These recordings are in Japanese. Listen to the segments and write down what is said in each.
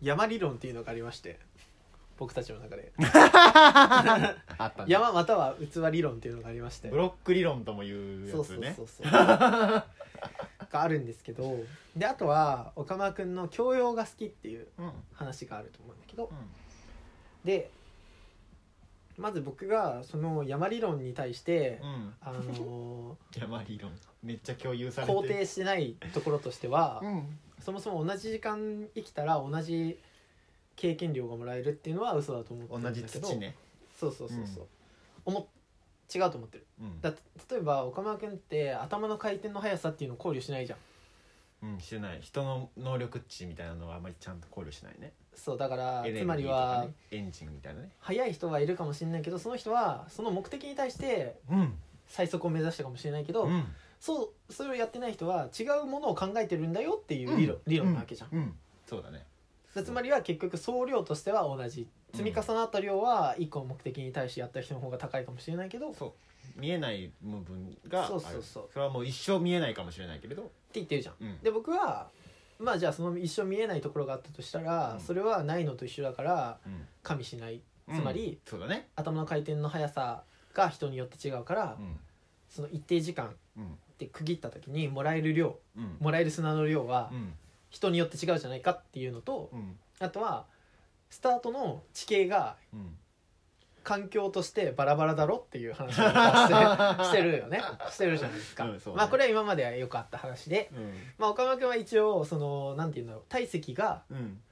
山理論っていうのがありまして僕たちの中であったね山または器理論っていうのがありましてブロック理論とも言うそやうつそうねそうそう があるんですけどであとは岡村君の教養が好きっていううん話があると思うんだけどでまず僕がその山理論に対して、うんうんあ の山理論めっちゃ共有さーれて肯定してないところとしては、うんそもそも同じ時間生きたら同じ経験量がもらえるっていうのは嘘だと思ってるんだ同けじど土ねそうそうそうそう、思っ違うと思ってるうんだ例えば岡村君って頭の回転の速さっていうのを考慮しないじゃんうんしてない人の能力値みたいなのはあまりちゃんと考慮しないねそうだからエネルギつーまりはとかねエンジンみたいなね速い人はいるかもしれないけどその人はその目的に対してうん最速を目指したかもしれないけど、うんそうそれをやってない人は違うものを考えてるんだよっていう理論,、理論なわけじゃん、うんそうだねでつまりは結局総量としては同じうん積み重なった量は1個の目的に対してやった人の方が高いかもしれないけどってそう見えない部分があるそうそうそうれはもう一生見えないかもしれないけれど言ってるじゃんうんで僕はまあじゃあその一生見えないところがあったとしたら、うんそれはないのと一緒だからうん加味しないつまりうんそうだね頭の回転の速さが人によって違うから、うんその一定時間っうんて区切った時にもらえる量うんもらえる砂の量はうん人によって違うじゃないかっていうのとうんあとはスタートの地形がうん環境としてバラバラだろっていう話をしてしてるよ ねしてるじゃないですか、うんそうねまあこれは今までは良かった話で、うんまあ、岡村君は一応そのなんて言うんだろう体積がうん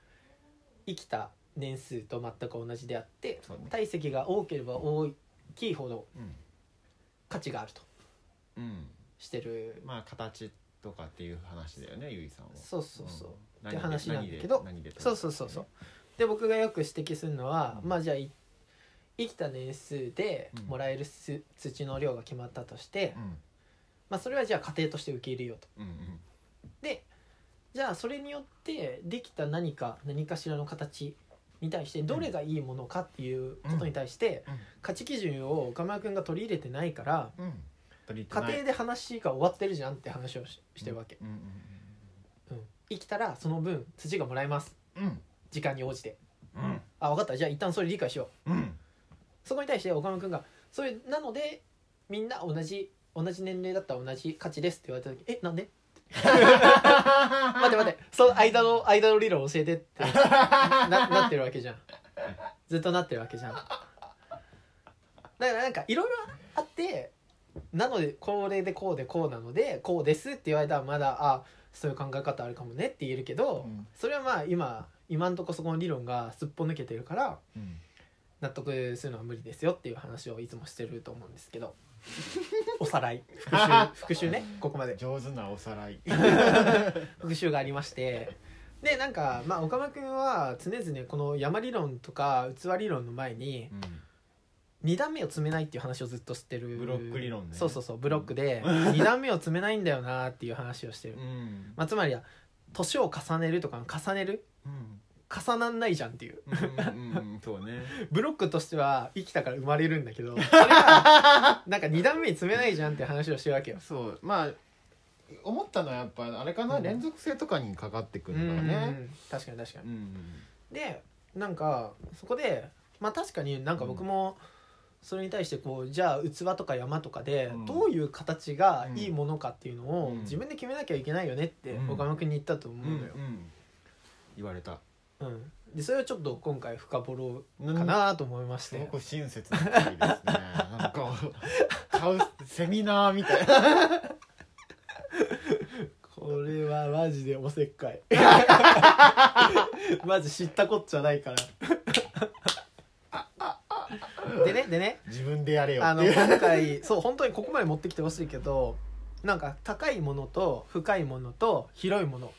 生きた年数と全く同じであってそうね体積が多ければ大きいほどうん価値があるとうんしてるまあ形とかっていう話だよねゆいさんはそうそうそう、んって話なんだけど何で何でそうそうそうそうで僕がよく指摘するのは、うんまあじゃあい生きた年数でうんもらえるす、土の量が決まったとして、うんまあ、それはじゃあ家庭として受け入れようとうんうんでじゃあそれによってできた何か何かしらの形に対してどれがいいものかっていうことに対して、うん価値基準を岡村君が取り入れてないからうん取り入家れてない庭で話が終わってるじゃんって話をししてるわけ、うんうん生きたらその分土がもらえますうんうん時間に応じてうんあ分かったじゃあ一旦それ理解しよううんそこに対して岡村君が「それなのでみんな同じ同じ年齢だったら同じ価値です」って言われた時「えなんで? 」待って待ってその間の間の理論教えてってななってるわけじゃんずっとなってるわけじゃんだからなんかいろいろあってなのでこれでこうでこうなのでこうですって言われたらまだあそういう考え方あるかもねって言えるけど、うんそれはまあ今今んとこそこの理論がすっぽ抜けてるから、うん納得するのは無理ですよっていう話をいつもしてると思うんです けどおさらい復習復習ねここまで上手なおさらい復習がありましてでなんか、まあ、岡間君は常々この山理論とか器理論の前に2段目を詰めないっていう話をずっとしてるブロック理論ねそうそうそうブロック で2段目を詰めないんだよなっていう話をしてるう、んまあ、つまりは年を重ねるとかの重ねるうん重なんないじゃんっていううんうんうんそうねブロックとしては生きたから生まれるんだけどそれが なんか2段目に詰めないじゃんって話をしてるわけよそうまあ思ったのはやっぱあれかな、うん連続性とかにかかってくうるからねん確かに確かにん、でなんかそこでまあ確かになんか僕もそれに対してこうじゃあ器とか山とかでうんどういう形がいいものかっていうのをうん自分で決めなきゃいけないよねってうん岡山君に言ったと思うのよ、言われたうん、でそれをちょっと今回深掘ろなうかなと思いましすて、ごく親切な会ですねなんか買うセミナーみたいなこれはマジでおせっか いマジ知ったこっちゃない からでねでね自分でやれよあってのいう今回そう本当にここまで持ってきてほしいけどなんか高いものと深いものと広いもの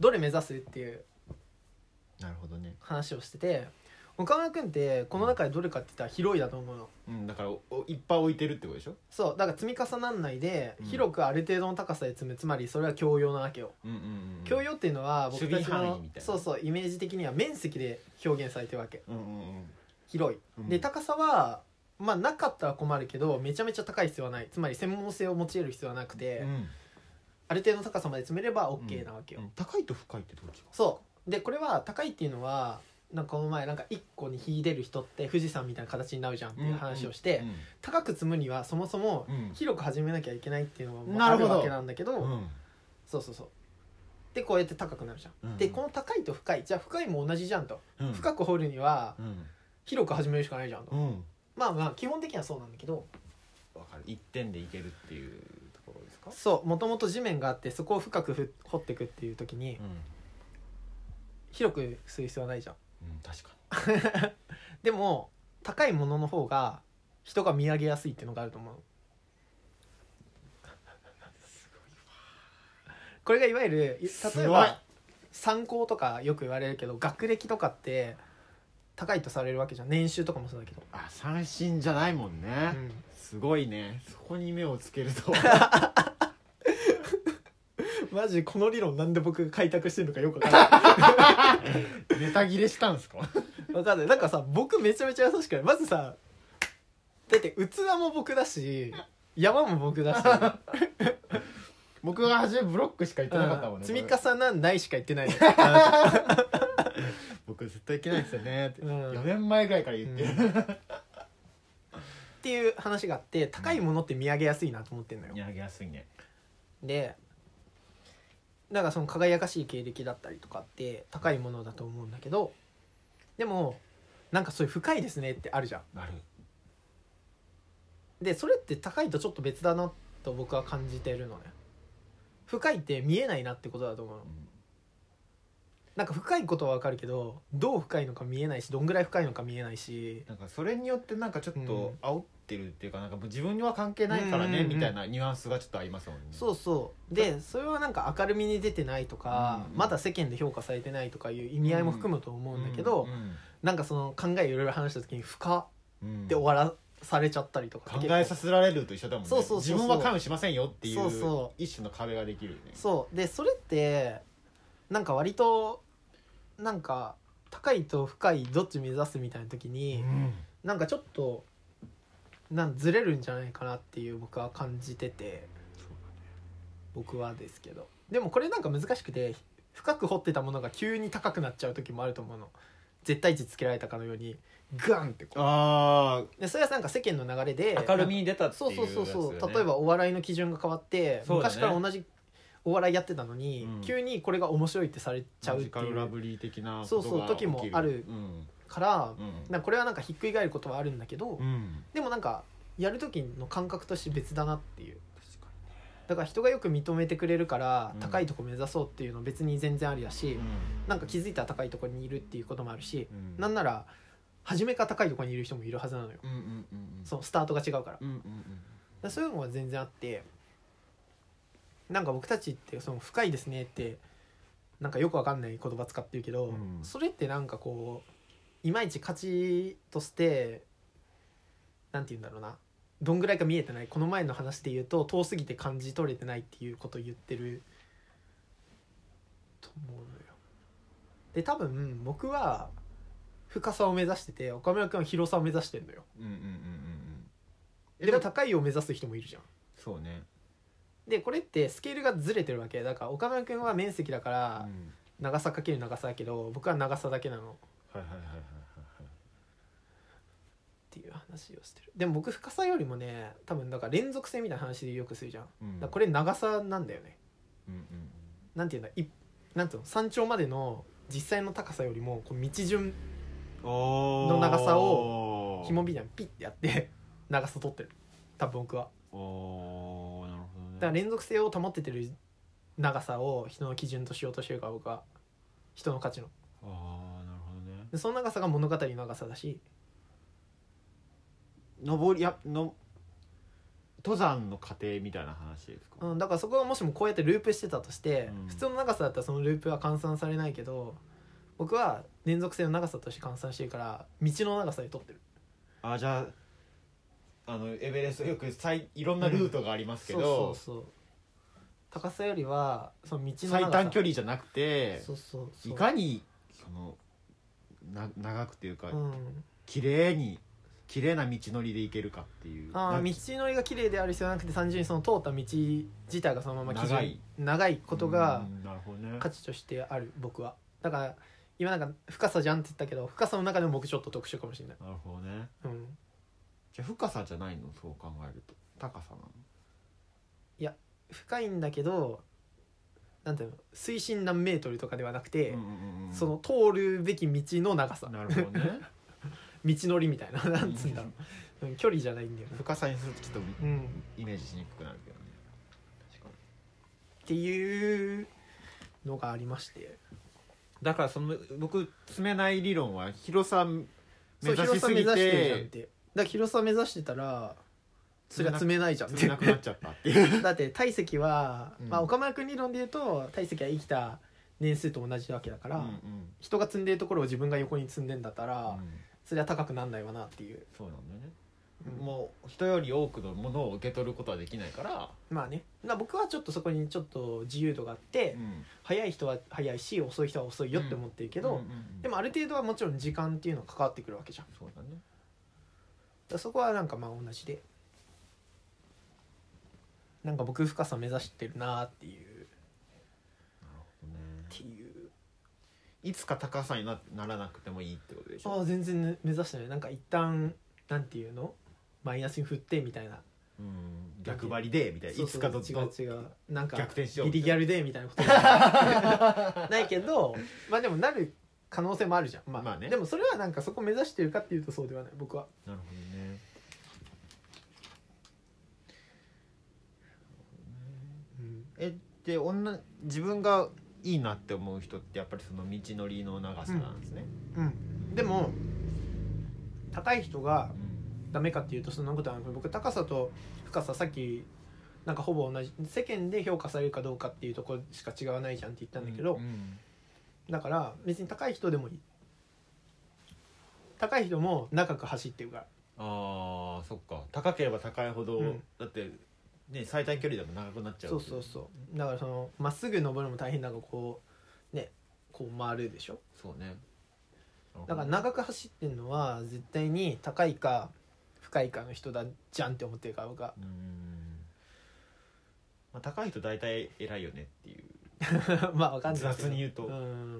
どれ目指すっていうなるほどね、話をしてて岡村君ってこの中でどれかって言ったら広いだと思うのうん、だからおおいっぱい置いてるってことでしょ、そうだから積み重なんないでうん広くある程度の高さで積むつまりそれは教養なわけようんうんうん、教養っていうのは僕た守ち備範の囲みたいなそうそうイメージ的には面積で表現されてるわけうんうん広い、うんで高さはまあなかったら困るけどめちゃめちゃ高い必要はないつまり専門性を用いる必要はなくて、うんある程度の高さまで詰めれば OK なわけよ、うん、高いと深いってどっちかそうでこれは高いっていうのはなんかこの前なんか1個に秀でる人って富士山みたいな形になるじゃんっていう話をして、高く積むにはそもそもうん広く始めなきゃいけないっていうのがまあなあるるほどわけなんだけど、うんそうそうそうでこうやって高くなるじゃん、うんでこの高いと深いじゃあ深いも同じじゃんと、うん深く掘るにはうん広く始めるしかないじゃんと、うんまあまあ基本的にはそうなんだけどわかる一点でいけるっていうところですかそうもともと地面があってそこを深くふ掘っていくっていう時にうん広くする必要はないじゃんうん確かでも高いものの方が人が見上げやすいっていうのがあると思うこれがいわゆるい例えすごいば参考とかよく言われるけど学歴とかって高いとされるわけじゃん年収とかもそうだけど、あ三振じゃないもんねうんすごいねそこに目をつけるとマジこの理論なんで僕が開拓してるのかよくわかんな ネタ切れしたんですかい わかんないなんかさ僕めちゃめちゃ優しくないまずさだって器も僕だし山も僕 だし、僕が初めブロックしか言ってなかったもんね積みこれ重なんないしか言ってないの僕絶対いけないですよねってうん4年前ぐらいから言ってるっていう話があって高いものって見上げやすいなと思ってんのよ、上げやすいねでなんかその輝かしい経歴だったりとかって高いものだと思うんだけどでもなんかそういう深いですねってあるじゃんなるでそれって高いとちょっと別だなと僕は感じてるのね深いって見えないなってことだと思うのなんか深いことはわかるけどどう深いのか見えないしどんぐらい深いのか見えないしなんかそれによってなんかちょっうとん煽ってるっていうかなんかもう自分には関係ないからうんねうんうんみたいなニュアンスがちょっとありますもんねそうそうでそれはなんか明るみに出てないとか、うんまだ世間で評価されてないとかいう意味合いも含むと思うんだけど、なんかその考えいろいろ話した時に「深っでて終わらされちゃったりとか考えさせられると一緒だもんねそうそうそうそう自分は関与しませんよっていそううそ一種の壁ができるよねそうでそれってなんか割となんか高いと深いどっち目指すみたいな時に、んなんかちょっとなんずれるんじゃないかなっていう僕は感じてて僕はですけどでもこれなんか難しくて深く掘ってたものが急に高くなっちゃう時もあると思うの絶対値つけられたかのようにガンってこあうでそれはなんか世間の流れでー明るみに出たっていそううやつそようねそうそう、例えばお笑いの基準が変わって、そうだね昔から同じお笑いやってたのに、うん急にこれが面白いってされちゃうマっジてカいルラうブリー的なそうそうことが起き時もあるうんから、うんなんかこれはなんかひっくり返ることはあるんだけど、うんでもなんかやる時の感覚として別だなっていう確かだから人がよく認めてくれるから、うん高いとこ目指そうっていうの別に全然ありだし、になんか気づいたら高いとこにいるっていうこともあるし、うんなんなら初めから高いとこにいる人もいるはずなのよ、うんうんうんうんそのスタートが違うから。うんうんうんだからそういうのが全然あってなんか僕たちってその深いですねってなんかよくわかんない言葉使ってるけど、うんそれってなんかこういまいち価値としてなんて言うんだろうなどんぐらいか見えてないこの前の話で言うと遠すぎて感じ取れてないっていうことを言ってると思うのよ。で多分僕は深さを目指してて岡村君は広さを目指してんのよ。うんうんうんうんうんえでもでも高いを目指す人もいるじゃん。そうねでこれってスケールがずれてるわけだから岡村君は面積だかうらん長さかける長さだけど僕は長さだけなのっはいはいはいはいはいはいていう話をしてるでも僕深さよりもね多分だから連続性みたいな話でよくするじゃんだからうんこれ長さなんだよねうんうんなんていうんだいなんていうの山頂までの実際の高さよりもこう道順のの長さを紐みたいにピッてやって長さ取ってる多分僕はおーなるほどねだから連続性を保っててる長さを人の基準としようとしてるから僕は人の価値のああなるほどねでその長さが物語の長さだし登りやの登山の過程みたいな話ですか、うん、だからそこがもしもこうやってループしてたとして、うん普通の長さだったらそのループは換算されないけど僕は連続性の長さとして換算してるから道の長さで取ってるあじゃああのエベレストよく最いろんなルートがありますけど、そうそうそう高さよりはその道の長最さ短距離じゃなくてそうそうそういかにそのな長くていうか、うん、綺麗に綺麗な道のりで行けるかっていうあなあん道かのりが綺麗である必要はなくて単純にその通った道自体がそのまま基準長い長いことがうんなるほどね価値としてある僕はだから今なんか深さじゃんって言ったけど深さの中でも僕ちょっと特殊かもしれない、なるほどねうん、じゃあ深さじゃないのそう考えると高さなの深いんだけどなんていうの水深何メートルとかではなくて、うんうんうんうんその通るべき道の長さなるほどね道のりみた いな なんつうんだろう、うん、距離じゃないんだよな深さにするとちょっとうん、イメージしにくくなるけどねっていうのがありましてだからその僕詰めない理論は広さ目そう指し広さす目ぎ指してるじゃんっててだから広さ目指してたらそれは詰めないじゃんって詰めなくなっちゃったってい うだって体積は、うんまあ、岡村君理論で言うと体積は生きた年数と同じわけだから、うんうん人が積んでるところを自分が横に積んでんだったら、うんそれは高くなんないわなっていう、そうなんだよねうんもう人より多くのものを受け取ることはできないから、まあねだから僕はちょっとそこにちょっと自由度があって、早い人は早いし遅い人は遅いよって思ってるけど、うんうんうんでもある程度はもちろん時間っていうのが関わってくるわけじゃんだそうだねからそこはなんかまあ同じでなんか僕深さ目指してるなっていうなるほどねっていういつか高さになならなくてもいいってことでしあょ、あ全然ね目指してないなんか一旦なんていうのマイナスに振ってみたいなうん、逆張りでみたいなそういそつうかどっち違どう違うなんか逆転しようギリギャルでみたいなことじゃ ないないけどまあでもなる可能性もあるじゃんまあ、まあねでもそれはなんかそこ目指してるかっていうとそうではない僕はなるほどねうんえで女自分がいいなって思う人ってやっぱりその道のりの長さなんですね、うん、でも高い人がうんダメかっていうとそんなことはない僕高さと深ささっきなんかほぼ同じ世間で評価されるかどうかっていうところしか違わないじゃんって言ったんだけど、うんだから別に高い人でもいい高い人も長く走ってるからあーそっか高ければ高いほど、うんだってね最短距離でも長くなっちゃうそうそうそうだからそのまっすぐ登るのも大変だからこうねこう回るでしょそうねだから長く走ってるのは絶対に高いか深いかの人だじゃんって思ってるから僕は うーん、まあ、高い人大体偉いよねっていうまあわかんないけど雑に言うとん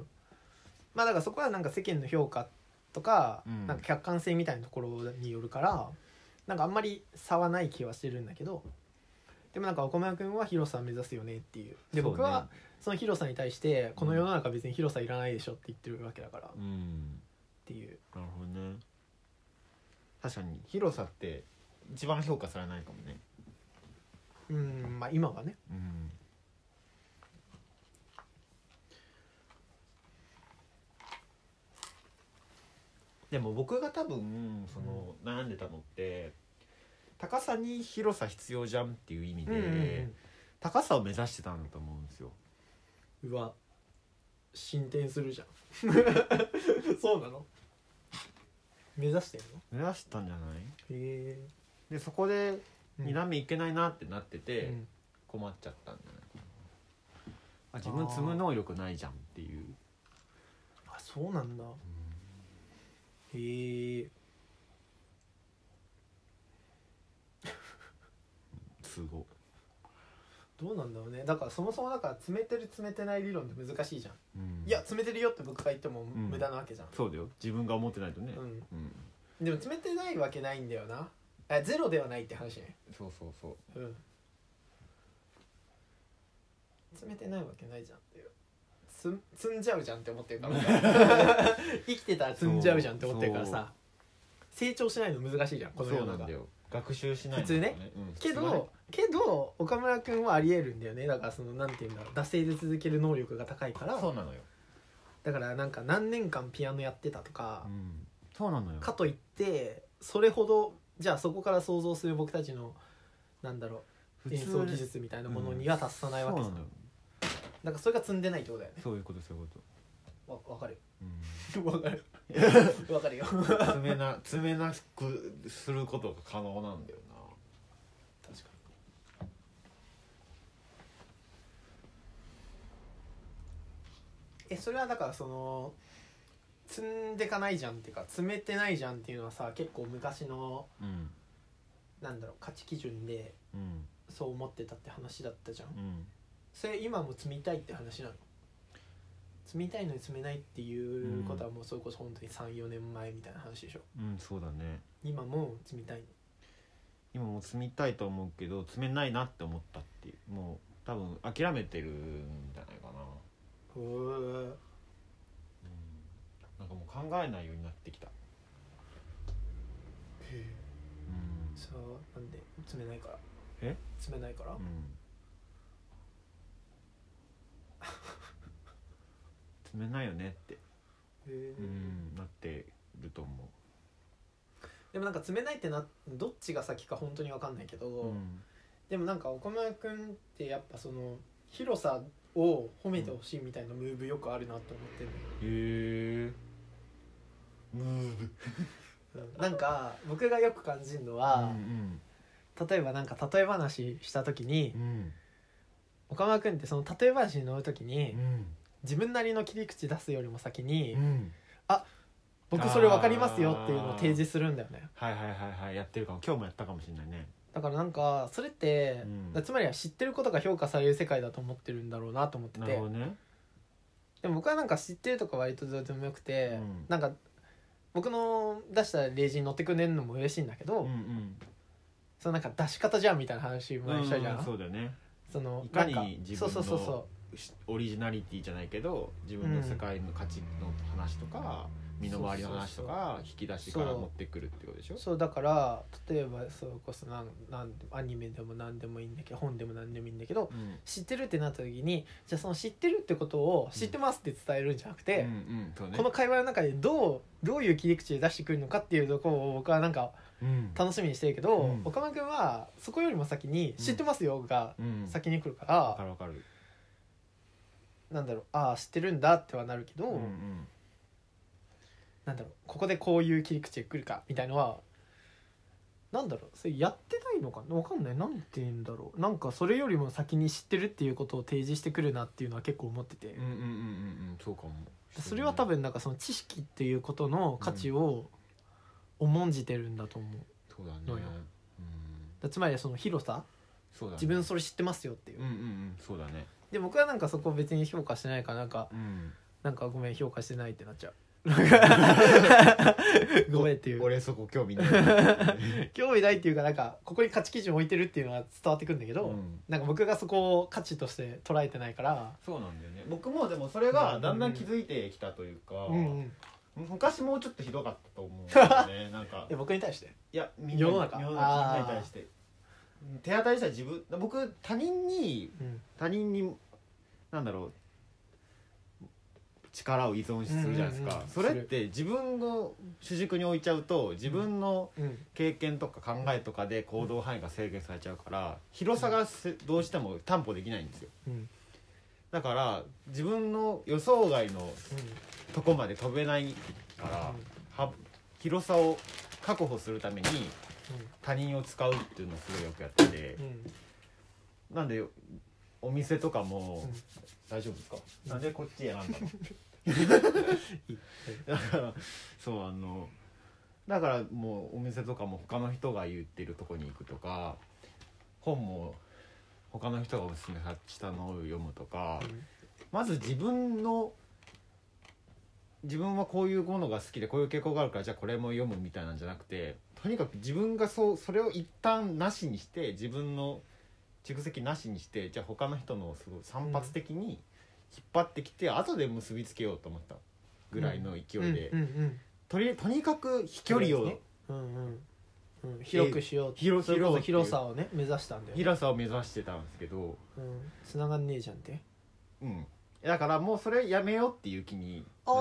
まあだからそこはなんか世間の評価とか,、うんなんか客観性みたいなところによるからなんかあんまり差はない気はしてるんだけどでもなんか岡村君は広さを目指すよねっていうでそうね僕はその広さに対してこの世の中別に広さいらないでしょって言ってるわけだからっうんていうなるほどね確かに広さって一番評価されないかもねうんまあ今はねうんでも僕が多分その悩んでたのって高さに広さ必要じゃんっていう意味で、うん高さを目指してたんだと思うんですようわ進展するじゃん そうなの目指してるの目指してたんじゃないへでそこでうん2段目いけないなってなってえ、て、うん困っちゃったんじゃないかなあ自分積む能力ないじゃんっていうあそうなんだへえ都合どうなんだろうねだからそもそもだから詰めてる詰めてない理論って難しいじゃん、うんいや詰めてるよって僕が言ってもん無駄なわけじゃん、そうだよ自分が思ってないとねうんうん、でも詰めてないわけないんだよなあゼロではないって話ねそうそうそううん詰めてないわけないじゃんっていうつん積んじゃうじゃんって思ってるから 生きてたら積んじゃうじゃんって思ってるからさ成長しないの難しいじゃんこの世そのうなん中だよ学習しない普通ねうんけどけど岡村君はありえるんだよねだからそのなんていうんだろう惰性で続ける能力が高いからそうなのよ、だからなんか何年間ピアノやってたとかう、ん、そうなのよかといってそれほどじゃあそこから想像する僕たちのなんだろ普う通演奏技術みたいなものには達さないわけそさ、うなのよなんかそれが積んでないってことだよねそういうことそういうこと、わわかるうん わかるわかるよ確か詰めな 詰めなくすることが可能なんだよなにえそれはだからその積んでかないじゃんっていうか詰めてないじゃんっていうのはさ結構昔のうんなんだろう価値基準でうんそう思ってたって話だったじゃんうんそれ今も積みたいって話なの住みたいのに住めないっていうことはもうそれこそ本当に34年前みたいな話でしょうんそうだね今もう住みたい今もう住みたいと思うけど住めないなって思ったっていうもう多分諦めてるんじゃないかな、のへえうん、なんかもう考えないようになってきた、うんそうなんで詰めないからえ詰めないから、うん、冷ないよねって、へえうん、なってると思でもなんか詰めないってなどっちが先か本当に分かんないけど、う、うんでもなんか岡村君ってやっぱその広さを褒めてほしいみたいなムーブよくあるなと思ってる、へえムーブうんなんか僕がよく感じるのは、うん例えばなんか例え話した時に、うん岡村君ってその例え話に乗る時に、うん自分なりの切り口出すよりも先に、うん僕それ分かりますよっていうのを提示するんだよねはいはいはいはいやってるかも今日もやったかもしれないねだからなんかそれって、うんつまりは知ってることが評価される世界だと思ってるんだろうなと思ってなるてほどねでも僕はなんか知ってるとか割とどうでもよくて、うんなんか僕の出した例示に乗ってくれるのも嬉しいんだけど、うんうんそのなんか出し方じゃんみたいな話前にしたじゃん、うんそうだよねそのいかになん自分のそうそうそうそしオリジナリティじゃないけど自分の世界の価値の話とか、身の回りの話とか引き出しからそう持ってくるってことでしょうそうだから例えばそれこそなんなんアニメでも何でもいいんだけど本でも何でもいいんだけどうん知ってるってなった時にじゃあその知ってるってことを知ってますって伝えるんじゃなくて、うんうんそうねこの会話の中でどうどういう切り口で出してくるのかっていうところを僕はなんかうん楽しみにしてるけど、うん岡間君はそこよりも先に「知ってますよ」がうん先に来るか、わからるわかるなんだろうああ知ってるんだってはなるけど、うんうんなんだろうここでこういう切り口で来るかみたいのはなんだろうそれやってないのかなわかんないなんて言うんだろうなんかそれよりも先に知ってるっていうことを提示してくるなっていうのは結構思ってて、うんうんうんうんうんそうかもそれは多分なんかその知識っていうことの価値を重んじてるんだと思う。そうだねのようんだつまりその広さそうだね自分それ知ってますよっていう、うんうんうんそうだねで僕はなんかそこ別に評価してないからなんかうんなんかごめん評価してないってなっちゃうごめんっていう俺そこ興味 ないうん興味ないっていうかなんかここに価値基準置いてるっていうのは伝わってくるんだけど、なんか僕がそこを価値として捉えてないからそうなんだよね僕もでもそれがだんだん気づいてきたというか、うんうん昔もうちょっとひどかったと思うんだ よねなんかえ僕に対していやみんな世の中世の中みんなに対して手当たりした自分僕他人にうん他人になんだろう力を依存するじゃないですうか、んうんうんそれって自分を主軸に置いちゃうと自分のうん経験とか考えとかで行動範囲が制限されちゃうから広さがせどうしても担保できないんですようんうんだから自分の予想外のとこまで飛べないからは広さを確保するために他人を使うっていうのをすごいよくやっててうんうんなんでお店とかうもん大丈夫ですか、うんなんでこっち選んだ いいのだからそうあのだからもうお店とかも他の人が言ってるとこに行くとか本も他の人がおすすめしたのを読むとかまず自分の自分はこういうものが好きでこういう傾向があるからじゃあこれも読むみたいなんじゃなくてとにかく自分がそうそれを一旦なしにして自分の蓄積なしにしてじゃあ他の人のすごい散発的に引っ張ってきて、後で結びつけようと思ったぐらいの勢いで、うんうんとりとにかく飛距離を、ねうんうんうん広くしよう広それこそ広広さをね目指したんだよね、広さを目指してたんですけど、うん、繋がんねえじゃんってうん、だからもうそれやめようっていう気になってきてああ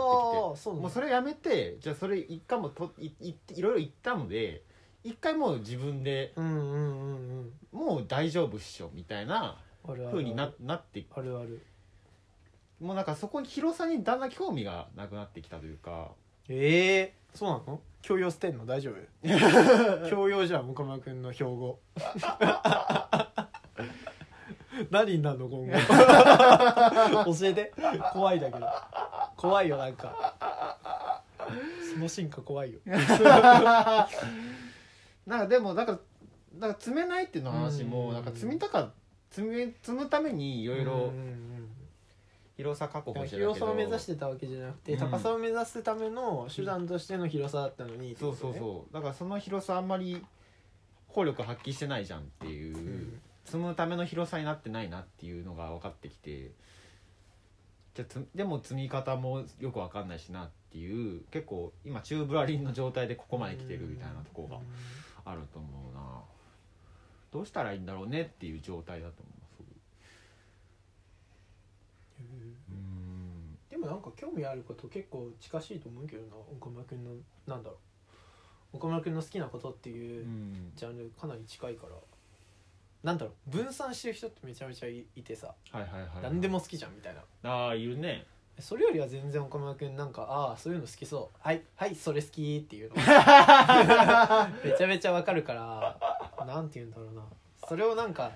そうなんもだうそれやめてじゃあそれ一回もといいいろいろ言ったので一回もう自分でうんうんうんうんもう大丈夫っしょみたいなあるある風にななってあるあるもうなんかそこに広さにだんだん興味がなくなってきたとい うかええそうなの教養捨てんの大丈夫 教養じゃん岡村君の標 語何になるの今 後教えて怖いだけど怖いよなんかその進化怖いよなんかでもだからだから積めないっていうの話うもんなんか積みたか積め積むためにいろいろうん広さ確保してたけど広さを目指してたわけじゃなくて、うん高さを目指すための手段としての広さだったのに、そうそううそうだからその広さあんまり効力発揮してないじゃんっていう、んそのための広さになってないなっていうのが分かってきてじゃあつでも積み方もよく分かんないしなっていう結構今チューブラリンの状態でここまで来てるみたいなところがあると思うな、どうしたらいいんだろうねっていう状態だと思いますうんうんでもなんか興味あること結構近しいと思うけどな岡村君のなんだろう岡村君の好きなことっていううんジャンルかなり近いから、なんだろう分散してる人ってめちゃめちゃいてさ、はいはいはい何でも好きじゃんみたいなああいうねそれよりは全然岡村君なんかああそういうの好きそうはいはいそれ好きって いうの めちゃめちゃわかるからなんて言うんだろうなそれをなんか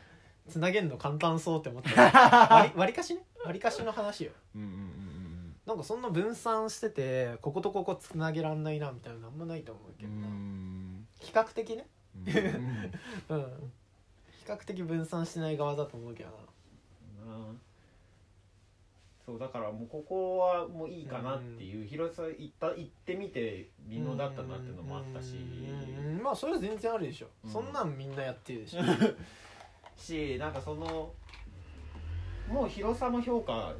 つなげんの簡単そうって思ったわりわりかしねわりかしの話ようんうんうんうんなんかそんな分散しててこことここつなげらんないなみたいなのあんまないと思ううけどな、ん比較的ねうんうん比較的分散してない側だと思うけどななそうだからもうここはもういいかなっていう、広さ行った行ってみて微妙だったなっていうのもあったし、うんうんまあそれは全然あるでしょ、うんそんなんみんなやってるでしょしなんかそのもう広さも評価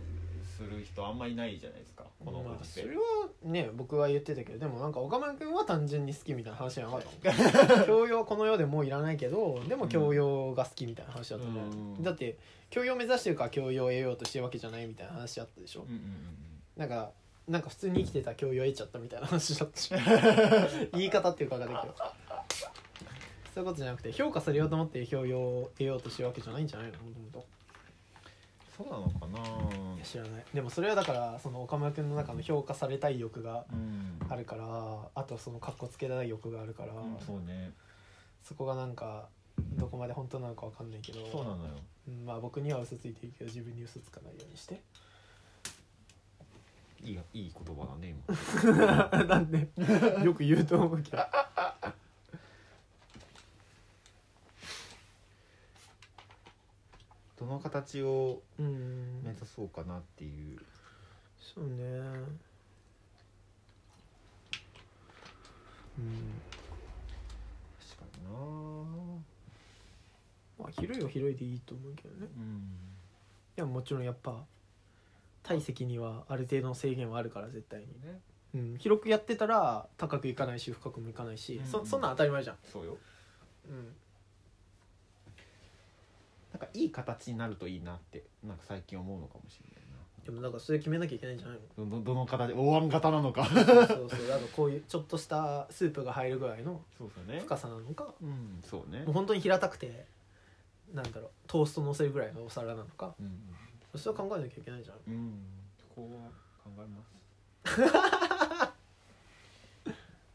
する人あんまいないじゃないですかこのまごあ、時そ世れはね僕は言ってたけどでもなんか岡村君は単純に好きみたいな話じゃなかった もん教養この世でもういらないけどでも教養が好きみたいな話だったね、うんだって教養目指してるから教養を得ようとしてるわけじゃないみたいな話だったでしょうんうんなんかなんか普通に生きてた教養得ちゃったみたいな話だった し言い方っていうかができるそういうことじゃなくて評価されようと思って教養を得ようとしてるわけじゃないんじゃないのもともとそうなのかないや知らないでもそれはだからその岡村君の中の評価されたい欲がうんあるからあとそのかっこつけたい欲があるから、うんそうねそこがなんかどこまで本当なのかわかんないけどそうなのようんまあ僕には嘘ついてるけど自分に嘘つかないようにしていいいい言葉だね なん でよく言うと思うけど今どの形をうん目指そうかなっていうそうねうん確かになまあ広いは広いでいいと思うけどねうんでももちろんやっぱ体積にはある程度の制限はあるから絶対に、ねうん、広くやってたら高くいかないし深くもいかないし、うんそそんなん当たり前じゃん、そうようん、なんかいい形になるといいなってなんか最近思うのかもしれないでもなんかそれ決めなきゃいけないんじゃないのなどどどの形お椀型なのかそうそうだからこういうちょっとしたスープが入るぐらいのそうですね深さなのかもうんそうねう本当に平たくてなんだろうトースト乗せるぐらいのお皿なのかうんそれは考えなきゃいけないじゃんうんそこは考えます